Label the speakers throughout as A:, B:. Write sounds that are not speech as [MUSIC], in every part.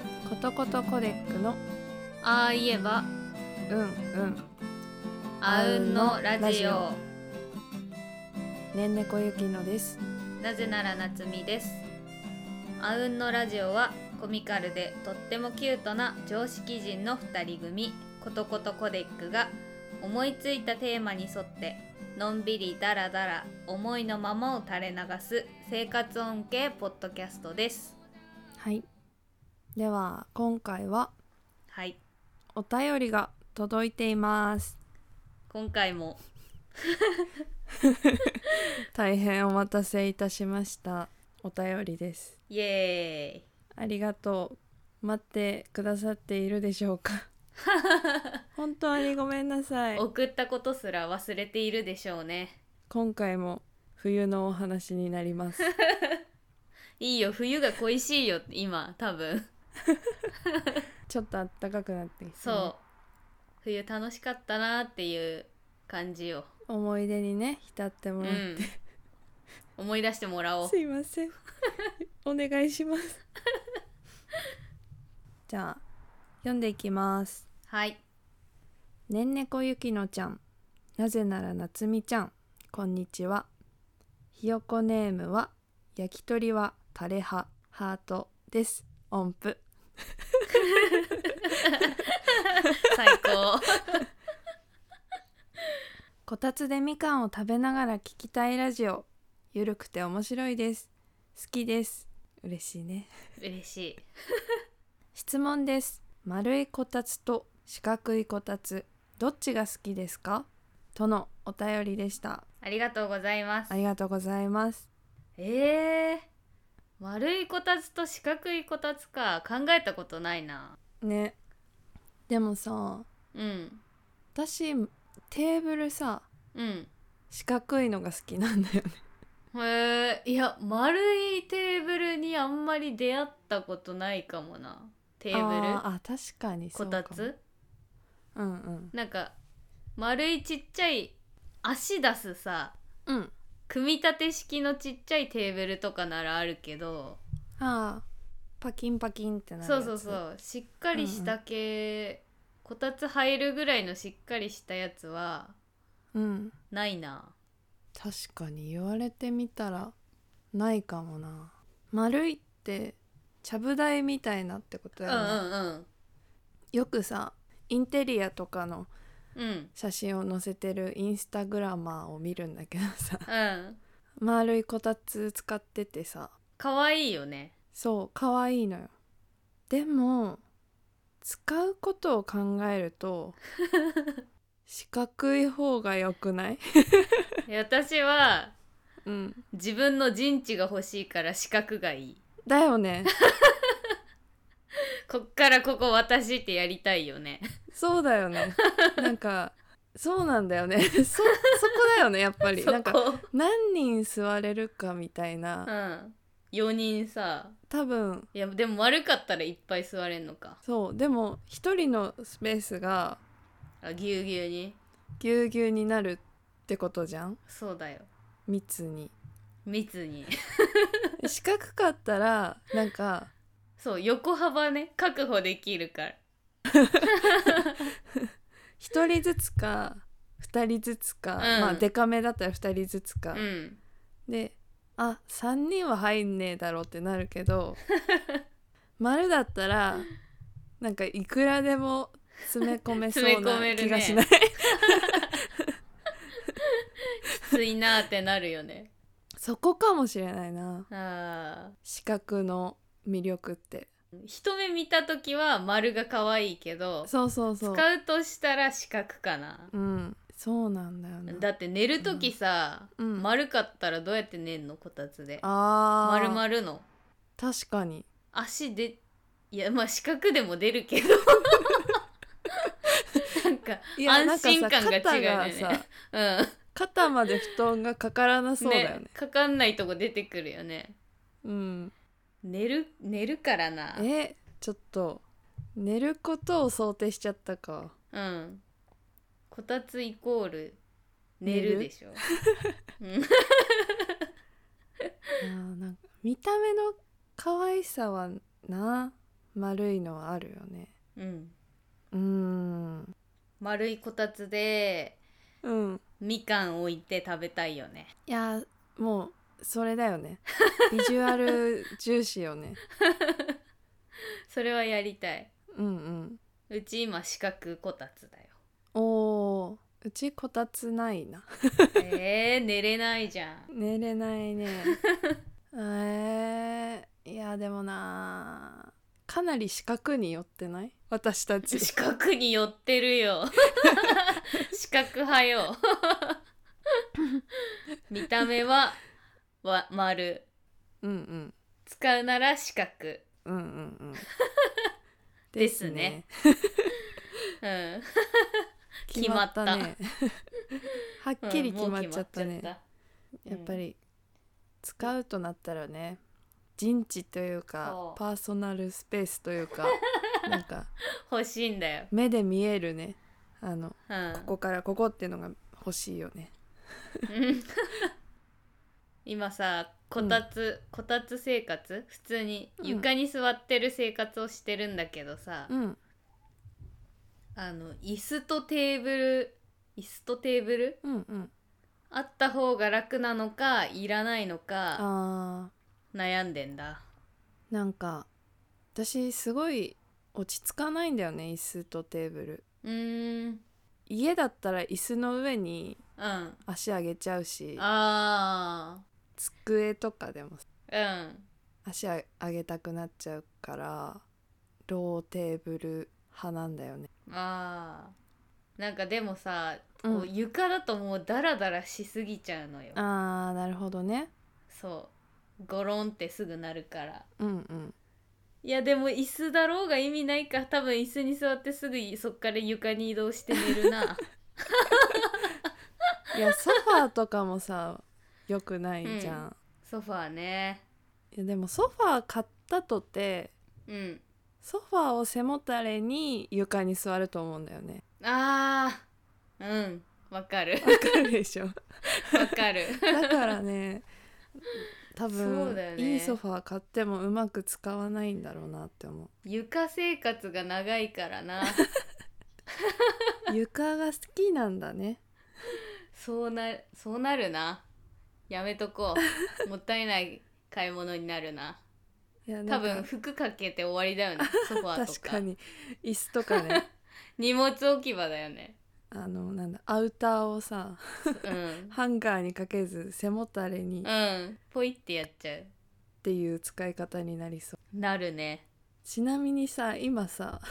A: 言コデックの
B: ああ言えば
A: うんうん
B: あうんのラ
A: ラ
B: ジ
A: ジオ
B: オ
A: ねんねこゆきのです
B: なぜなら夏美ですあうんのラジオはコミカルでとってもキュートな常識人の2人組ことことコデックが思いついたテーマに沿ってのんびりダラダラ思いのままを垂れ流す生活音系ポッドキャストです
A: はいでは今回は
B: はい
A: お便りが届いています
B: 今回も
A: 大変お待たせいたしましたお便りです
B: イエーイ
A: ありがとう待ってくださっているでしょうか本当にごめんなさい
B: 送ったことすら忘れているでしょうね
A: 今回も冬のお話になります
B: いいよ冬が恋しいよ今多分
A: ちょっと暖かくなってきてね、
B: そう、冬楽しかったなっていう感じを、
A: 思い出にね浸って
B: う
A: もらって、 [LAUGHS]
B: ん、思い出してもらおう
A: すいませんお願いします [LAUGHS] じゃあ読んでいきます
B: はい
A: ねんねこゆきのちゃんなぜならなつみちゃんこんにちはひよこネームは焼き鳥はタレ派ハートです音符
B: 最高 [LAUGHS]
A: こたつでみかんを食べながら聞きたいラジオゆるくて面白いです好きです嬉しいね
B: 嬉しい
A: 質問です丸いこたつと四角いこたつどっちが好きですかとのお便りでした
B: ありがとうございます
A: ありがとうございます
B: えー、丸いこたつと四角いこたつか考えたことないな
A: ねでもさ
B: うん
A: 私テーブルさ
B: うん
A: 四角いのが好きなんだよね
B: へえいや丸いテーブルにあんまり出会ったことないかもなテーブル
A: あーあ確かにそ
B: こ
A: うか
B: た
A: も
B: つ
A: うんうん
B: なんか丸いちっちゃい足出すさ
A: うん
B: 組み立て式のちっちゃいテーブルとかならあるけど
A: あーパキンパキンってなる
B: そ
A: や
B: う
A: つ
B: そうそうしっかりした系、こたつ入るぐらいのしっかりしたやつは
A: うん
B: ないな
A: 確かに言われてみたらないかもな丸いってちゃぶ台みたいなってこと
B: うん
A: や
B: う
A: ね、
B: んうん
A: よくさインテリアとかの
B: うん
A: 写真を載せてるインスタグラマーを見るんだけどさ [LAUGHS]
B: うん
A: 丸いこたつ使っててさ
B: 可愛いよね
A: そう可愛いのよでも使うことを考えると
B: [LAUGHS]
A: 四角い方が良く
B: [LAUGHS]
A: ない
B: いや私は
A: うん
B: 自分の陣地が欲しいから四角がいい
A: だよね
B: こっからここ私ってやりたいよね
A: そうだよねなんかそうなんだよね [LAUGHS] そそこだよねやっぱり
B: そ
A: なんか
B: こ
A: 何人座れるかみたいうな、
B: ん4人さ
A: 多分
B: いやでも悪かったらいっぱい座れんのか
A: そうでも一人のスペースが
B: あぎゅうぎゅうに
A: ぎゅうぎゅうになるってことじゃん
B: そうだよ
A: 密に
B: 密に
A: [LAUGHS] 四角かったらなんか
B: そう横幅ね確保できるから
A: 一人ずつか二人ずつか、
B: ん
A: まあデカめだったら二人ずつか、
B: うん
A: であ三人は入んねえだろうってなるけ [LAUGHS] ど丸だったらなんかいくらでも [LAUGHS] 詰め込めそう
B: 詰め込
A: な
B: めるね
A: 気がしない、
B: きついなーってなるよね
A: そこかもしれないな
B: あ
A: 四角の魅力って
B: ー一目見た時は丸が可愛いけど
A: そうそう
B: 使
A: そう
B: うとしたら四角かな
A: うん、そうなんだよね。
B: だって寝る時さ、
A: うん
B: 丸かったらどうやって寝んのこたつで
A: あ
B: 丸
A: ー
B: 々の
A: 確かに
B: 足でいやまあ四角でも出
A: [LAUGHS]
B: るけどなんか
A: い
B: 安心感が違うよ
A: なん
B: ね
A: かさ肩がさ
B: うん
A: 肩まで布団がかからなそうだよね。
B: かかんないとこ出てくるよね
A: うん、
B: 寝る寝るからな
A: えちょっと寝ることを想定しちゃったか。
B: うんこたつイコール寝るでしょうん
A: あーなんか見た目の可愛さはな丸いのはあるよね
B: うん
A: うーん
B: 丸いこたつで
A: うん
B: みかん置いて食べたいよね
A: いやーもうそれだよねビジュアル重視よね
B: それはやりたい
A: うん
B: うち今四角こたつだよ
A: うんおーうちこたつない
B: [LAUGHS]
A: な
B: えー、寝れないじゃん
A: 寝れない
B: [LAUGHS]
A: ねえー、いやでもなーかなり四角に寄ってない私たち
B: 四角に寄ってるよ四角派よ見た目はわ丸
A: うんうん
B: 使うなら四角
A: うんうんうん
B: [LAUGHS] ですねうん
A: 決まったね [LAUGHS] はっきり決まっちゃったね、
B: うんもう決まっちゃった
A: やっぱり使うとなったらね陣地というか
B: そう
A: パーソナルスペースという
B: [LAUGHS]
A: かなんか
B: 欲しいんだよ、
A: 目で見えるねあの
B: うん、
A: ここからここっていうのが欲しいよね
B: うん今さこたつ、こたつ生活普通に
A: うん
B: 床に座ってる生活をしてるんだけどさ、
A: うん
B: あの椅子とテーブル椅子とテーブル
A: うんうん
B: あった方が楽なのかいらないのか
A: あ
B: 悩んでんだ
A: ーなんか私すごい落ち着かないんだよね椅子とテーブル
B: うーん
A: 家だったら椅子の上に
B: うん
A: 足上げちゃうし
B: あ
A: 机とかでも
B: ーうん
A: 足あ上げたくなっちゃうからローテーブル派なんだよね。
B: あーなんかでもさ、
A: うん
B: こう床だともうダラダラしすぎちゃうのよ
A: あーなるほどね。
B: そうゴロンってすぐなるから
A: うんうん。
B: いやでも椅子だろうが意味ないか多分椅子に座ってすぐそっから床に移動して寝るな
A: いやソファーとかもさ良くないじゃん。
B: [LAUGHS] ソファーね
A: いやでもソファー買ったとて
B: うん
A: ソファーを背もたれに床に座ると思うんだよ
B: [LAUGHS]
A: ね。
B: あーうんわかる
A: わかるでしょ。
B: わかる
A: だからね多
B: そう
A: 分、
B: だよね
A: いいソファー買ってもうまく使わないんだろうなって思
B: 床生活が長いからな
A: う。床が好きなんだね。
B: そうなそうなるなやめとこうもったいない買い物になるない
A: やな
B: 多
A: んか
B: 分服かけて終わりだよねソファーと
A: 確
B: か
A: かに椅子とか
B: [LAUGHS]
A: ね
B: 荷物置き場だよね
A: あのなんだアウターをさ
B: うん
A: ハンガーにかけず背もたれにっ
B: うんポイってやっちゃう
A: ていう使い方になりそう
B: なるね
A: ちなみにさ今さ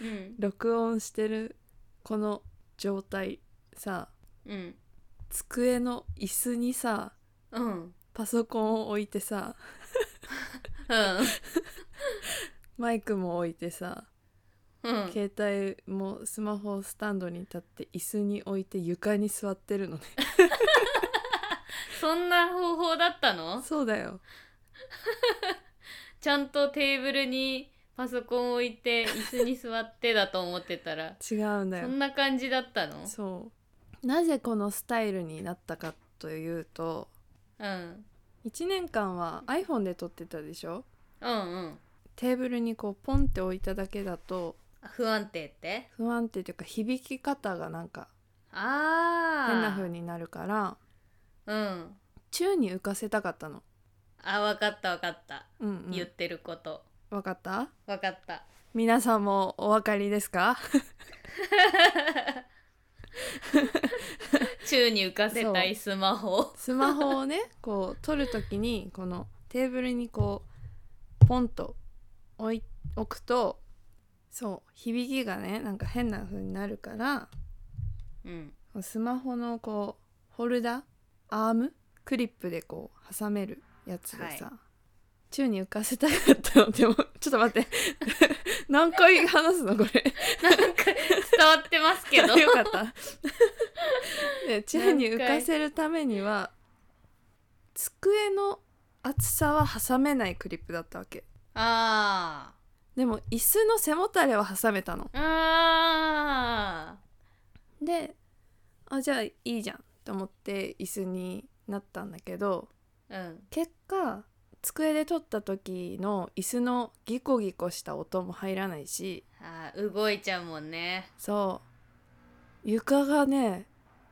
B: うん
A: 録音してるこの状態さ
B: うん
A: 机の椅子にさ
B: うんうん
A: パソコンを置いてさマイクも置いてさ、
B: うん
A: 携帯もスマホスタンドに立って椅子に置いて床に座ってるのね
B: そんな方法だったの
A: そうだよ
B: ちゃんとテーブルにパソコン置いて椅子に座ってだと思ってたら
A: 違うんだよ
B: そんな感じだったの
A: そうなぜこのスタイルになったかというと
B: うん
A: 1年間は iPhone で撮ってたでしょ
B: うんうん
A: テーブルにこうポンって置いただけだと
B: あ不安定って
A: 不安定というか響き方がなんか
B: あー
A: 変な風になるから
B: うん
A: 宙に浮かせたかったの。
B: あわかったわかった、
A: うんう
B: 言っ
A: ん、
B: てること
A: 分かった
B: わか
A: [LAUGHS]
B: った
A: 皆さんもお分かりですか
B: 宙に浮かせたいスマホ
A: スマホをねこう撮る時にこのテーブルにこうポンと置い置くとそう響きがねなんか変な風になるから
B: うん
A: スマホのこうホルダーアームクリップでこう挟めるやつでさ、
B: は
A: 宙に浮かせたかったのでもちょっと待って [LAUGHS] 何回話すのこれ
B: なんか伝わってます
A: [LAUGHS]
B: けど
A: よか
B: [LAUGHS]
A: った、ね、宙に浮かせるためには机の厚さは挟めないクリップだったわけ
B: あ
A: でも椅子の背もたれは挟めたの
B: ーあ
A: であじゃあいいじゃんと思って椅子になったんだけど
B: ーうん
A: 結果机で撮った時の椅子のギコギコした音も入らないし
B: あー動いちゃうもんね
A: そう床がね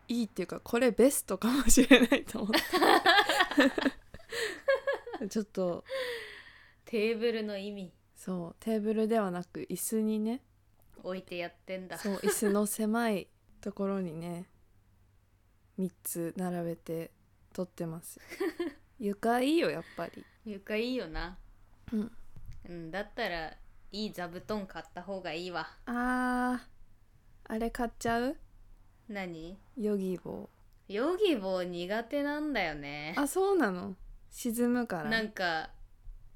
A: いいっていうかこれベストかもしれないと思 [LAUGHS] ってちょっと
B: テーブルの意味
A: そうテーブルではなく椅子にね
B: 置いてやってんだ
A: そう椅子の狭いところにね3つ並べて撮ってます [LAUGHS] 床いいよやっぱり
B: 床いいよな
A: うん
B: うんだったらいい座布団買った方がいいわ
A: あーあれ買っちゃう
B: 何
A: ヨギボ
B: ヨギボー苦手なんだよね
A: ーあそうなの沈むから
B: なんか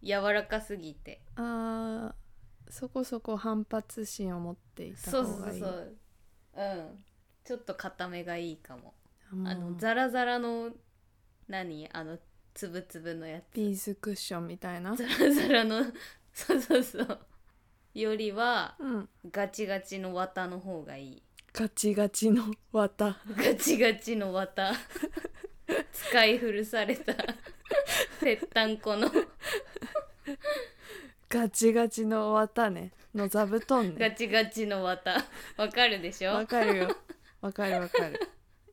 B: 柔らかすぎて
A: あーそこそこ反発心を持っていた
B: そ
A: 方
B: うそう
A: がいい
B: そううんちょっと固めがいいかも
A: あもう
B: あのザラザラの何あのつぶつぶのやつ
A: ビーズクッションみたいな
B: ザラザラのそうそうそうよりは
A: うん
B: ガチガチの綿の方がいい
A: ガチガチの綿
B: ガチガチの綿使い古されたぺったんこの
A: ガチガチの綿ねの座布団
B: ガ
A: ね
B: チガチの綿わかるでしょ
A: わかる
B: [LAUGHS]
A: よわかるわかる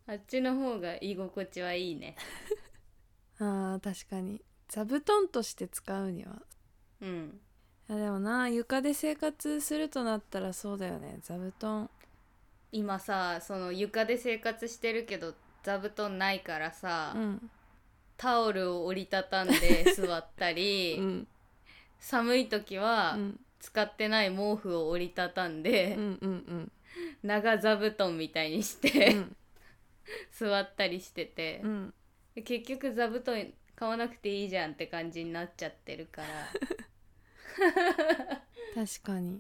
B: あっちの方が居心地はいいね
A: あー確かに座布団として使うには
B: うん
A: いやでもな床で生活するとなったらそうだよね座布団
B: 今さその床で生活してるけど座布団ないからさ、
A: うん
B: タオルを折りたたんで座った
A: [LAUGHS] う
B: り、
A: ん
B: 寒い時
A: う
B: は
A: ん
B: 使ってない毛布を折りたたんで
A: う、んうん
B: 長座布団みたいにして、 [LAUGHS] 座ったりしてて
A: う、ん
B: で結局座布団買わなくていいじゃんって感じになっちゃって
A: [LAUGHS]
B: るから
A: 確かに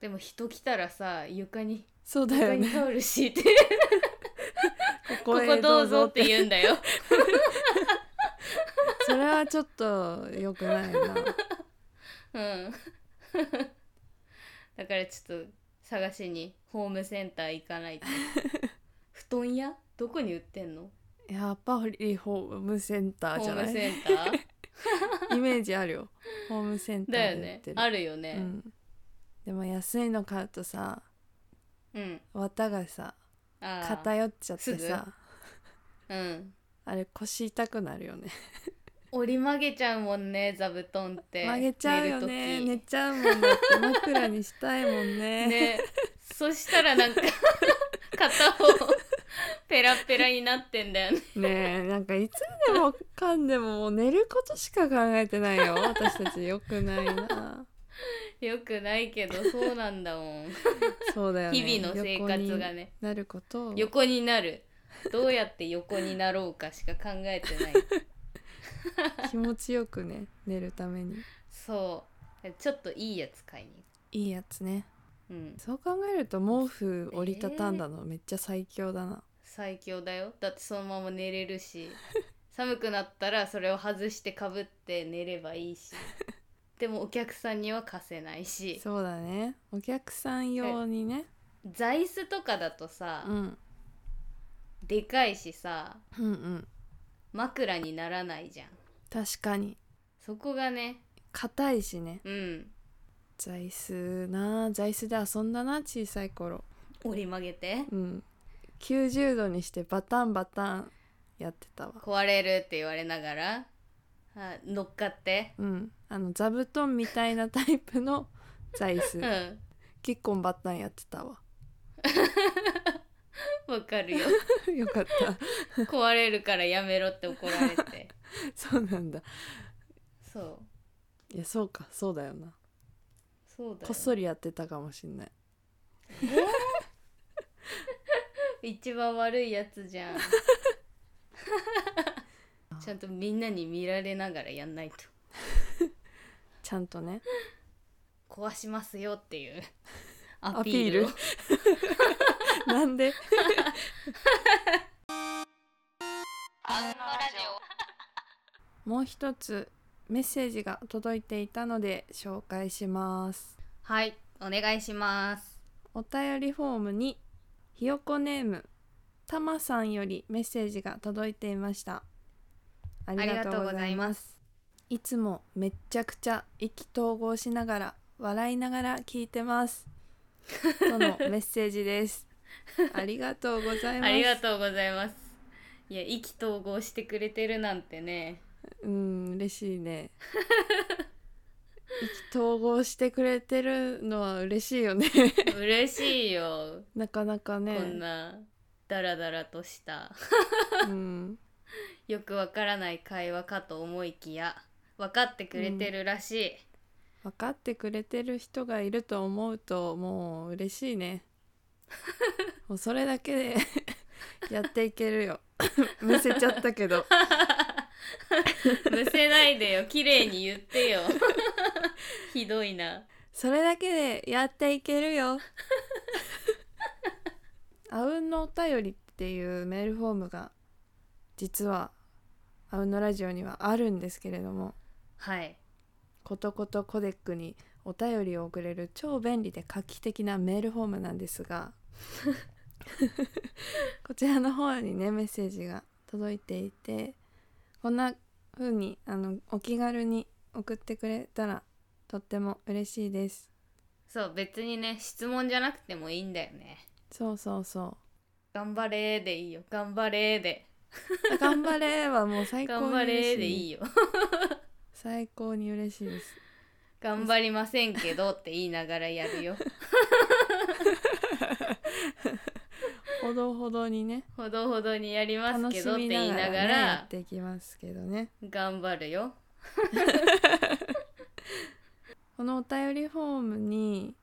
B: でも人来たらさ床に
A: そうだ
B: 床
A: よ
B: に
A: ね
B: タオル敷
A: [LAUGHS]
B: いて
A: こ
B: ここどうぞって言うん
A: [LAUGHS]
B: だよ
A: それはちょっと良くないな
B: うん [LAUGHS] だからちょっと探しにホームセンター行
A: [LAUGHS]
B: かないと布団屋どこに売ってんの
A: やっぱりホームセンター
B: ホ
A: じゃ
B: ーム
A: ない
B: セ
A: [LAUGHS]
B: ンター
A: イメージあるよホームセンタ
B: だよ
A: ーで売っ
B: ね
A: てる
B: あるよ
A: う
B: ね
A: ん、でも安いの買うとさ
B: うん、
A: 綿がさ
B: あー
A: 偏っちゃって
B: すぐ
A: さ
B: うん
A: あれ腰痛くなるよね
B: 折り曲げちゃうもんね座布団って
A: 曲げちゃうよ
B: 寝
A: ね
B: る時
A: 寝ちゃうもんだって枕にしたいもんね
B: [LAUGHS] ねそした
A: [LAUGHS]
B: らなんか片方ペラペラになってんだよね
A: ねえなんかいつでもかんでももう寝ることしか考えてないよ私たちよくないな
B: よくないけどそうなんだもん、
A: そうだよね
B: 日々の生活が
A: 横に
B: ね
A: なることを
B: 横になるどうやって横になろうかしか考えてない
A: 気持ちよくね寝るために
B: そうちょっといいやつ買いに
A: いいやつね
B: 行くうん
A: そう考えると毛布折りたたんだのめっちゃ最強だな、
B: 最強だよだってそのまま寝れるし [LAUGHS] 寒くなったらそれを外してかぶって寝ればいいしでもお客さんには貸せないし
A: そうだねお客さん用にね
B: 座椅子とかだとさ、
A: うん
B: でかいしさ
A: うんうん
B: 枕にならないじゃん
A: 確かに
B: そこがね
A: 硬いしね
B: うん
A: 座椅子なあ座椅子で遊んだな小さい頃
B: 折り曲げて
A: うん90度にしてバタンバタンやってたわ
B: 壊れるって言われながらあ乗っかって
A: うんあの座布団みたいなタイプの座椅
B: う
A: 子
B: ん
A: 結構バタンやってたわ
B: わかるよ
A: よかった
B: 壊れるからやめろって怒ら
A: [LAUGHS]
B: れて
A: そうなんだ
B: そう
A: いやそうかそうだよな
B: そうだよ
A: こっそりやってたかもしんない
B: 一番悪いやつ
A: [LAUGHS]
B: じゃんちゃんとみんなに見られながらやんないと
A: ちゃんとね
B: 壊しますよっていうア
A: ア
B: ピ
A: ピ
B: ー
A: ー
B: ル
A: ル
B: を
A: [LAUGHS] なんでもう一つメッセージが届いていたので紹介します
B: はいお願いします
A: お便りフォームにひよこネームたまさんよりメッセージが届いていましたあ
B: ありがとうございます
A: いつもめっちゃくちゃ意気投合しながら笑いながら聞いて [LAUGHS] ます。とのメッセージです。ありがとうございま
B: あ
A: す。
B: りがとうございますいや意気投合してくれてるなんてね
A: うん嬉しいね [LAUGHS] 意気投合してくれてるのは嬉しいよね [LAUGHS]
B: 嬉しいよ、
A: なかなか [LAUGHS] ね
B: こんなダラダラとした
A: うん、
B: よくわからない会話かと思いきや分かってくれてるらしい、
A: 分かってくれてる人がいると思うともう嬉しい
B: [LAUGHS]
A: ねもうそれだけで [LAUGHS] やっていけるよ [LAUGHS] むせちゃったけど
B: むせないでよ綺麗に言ってよひどいな
A: それだけでやっていけるよあうんのお便りっていうメールフォームが実はあうんのラジオにはあるんですけれども
B: はい
A: ことことコデックにお便りを送れる超便利で画期的なメールフォームなんですがこちらの方にねメッセージが届いていてこんな風にあのお気軽に送ってくれたらとっても嬉しいです
B: そう別にね質問じゃなくてもいいんだよね
A: そうそうそ
B: 頑張れーでいいよ頑張れーで
A: う頑張れはもう最高
B: 頑
A: に
B: 張れ
A: 嬉しい
B: ーでいいよ
A: 最高に嬉しいです
B: 頑張りませんけどって言いながらやるよ
A: ほどほどにね
B: ほどほどにやります
A: 楽
B: け
A: し
B: どって
A: み
B: 言
A: ないがら,、
B: なが
A: ね、や
B: ら
A: っていきますけどね
B: 頑張るよ
A: このお便りフォームに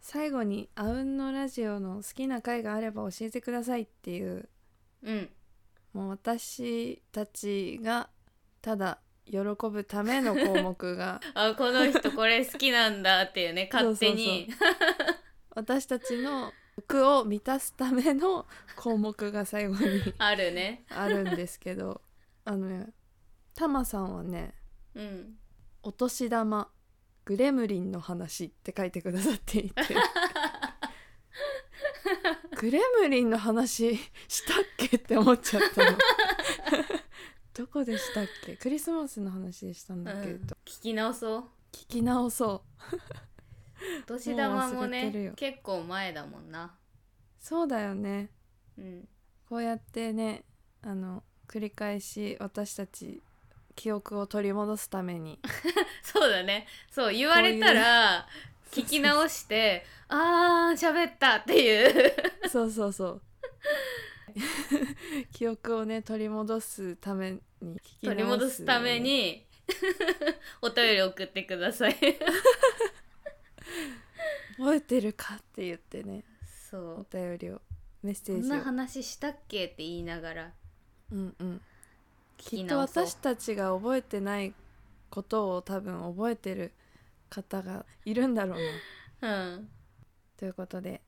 A: 最後に「あうんのラジオ」の好きな回があれば教えてくださいっていう
B: うん
A: もう私たちがただ喜ぶための項目が [LAUGHS]
B: あこの人これ好きなんだっていう [LAUGHS] ね勝手に
A: 私たちの欲を満たすための項目が最後に
B: あるね
A: あるんですけど [LAUGHS] あのねタマさんはね
B: うん
A: 「お年玉グレムリンの話」って書いてくださって
B: [LAUGHS]
A: いてグレムリンの話したっけって思っちゃったの [LAUGHS] どこでしたっけクリスマスの話でしたんだけど、
B: うん聞き直そう
A: 聞き直そう
B: お年玉も
A: もう忘れてる
B: ね
A: よ
B: 結構前だもんな
A: そうだよね
B: うん
A: こうやってねあの繰り返し私たち記憶を取り戻すために
B: そうだねそう言われたら [LAUGHS] 聞き直してあー喋ったっていう [LAUGHS]
A: そうそうそう。 [LAUGHS] 記憶をね取り戻すために聞き直
B: 取り戻すためにお便り送ってください
A: 覚えてるかって言ってねお
B: [LAUGHS] そう
A: 便りをメッセ
B: こ
A: ー
B: ん
A: ジ
B: な
A: を
B: 話したっけって言いながら
A: うんうん
B: 聞
A: き
B: き
A: っと
B: 直そう
A: 私たちが覚えてないことを多分覚えてる方がいるんだろうな
B: うん
A: ということで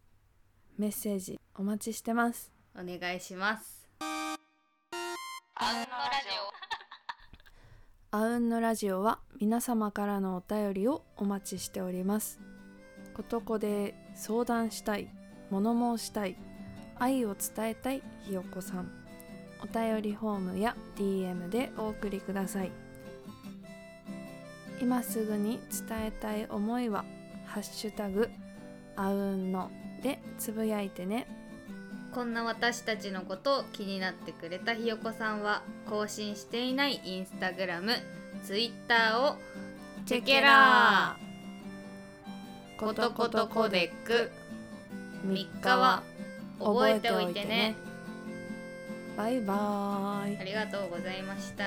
A: メッセージお待ちしてます
B: お願いします
A: あうんのラジオは皆様からのお便りをお待ちしておりますことこで相談したい物申したい愛を伝えたいひよこさんお便りフォームや DM でお送りください今すぐに伝えたい思いは「ハッシュタグあうんの」でつぶやいてね
B: こんな私たちのことを気になってくれたひよこさんは更新していないインスタグラムツイッターをチェケラーコトコトコデック3日は覚えておいてね
A: バイバーイ
B: ありがとうございました。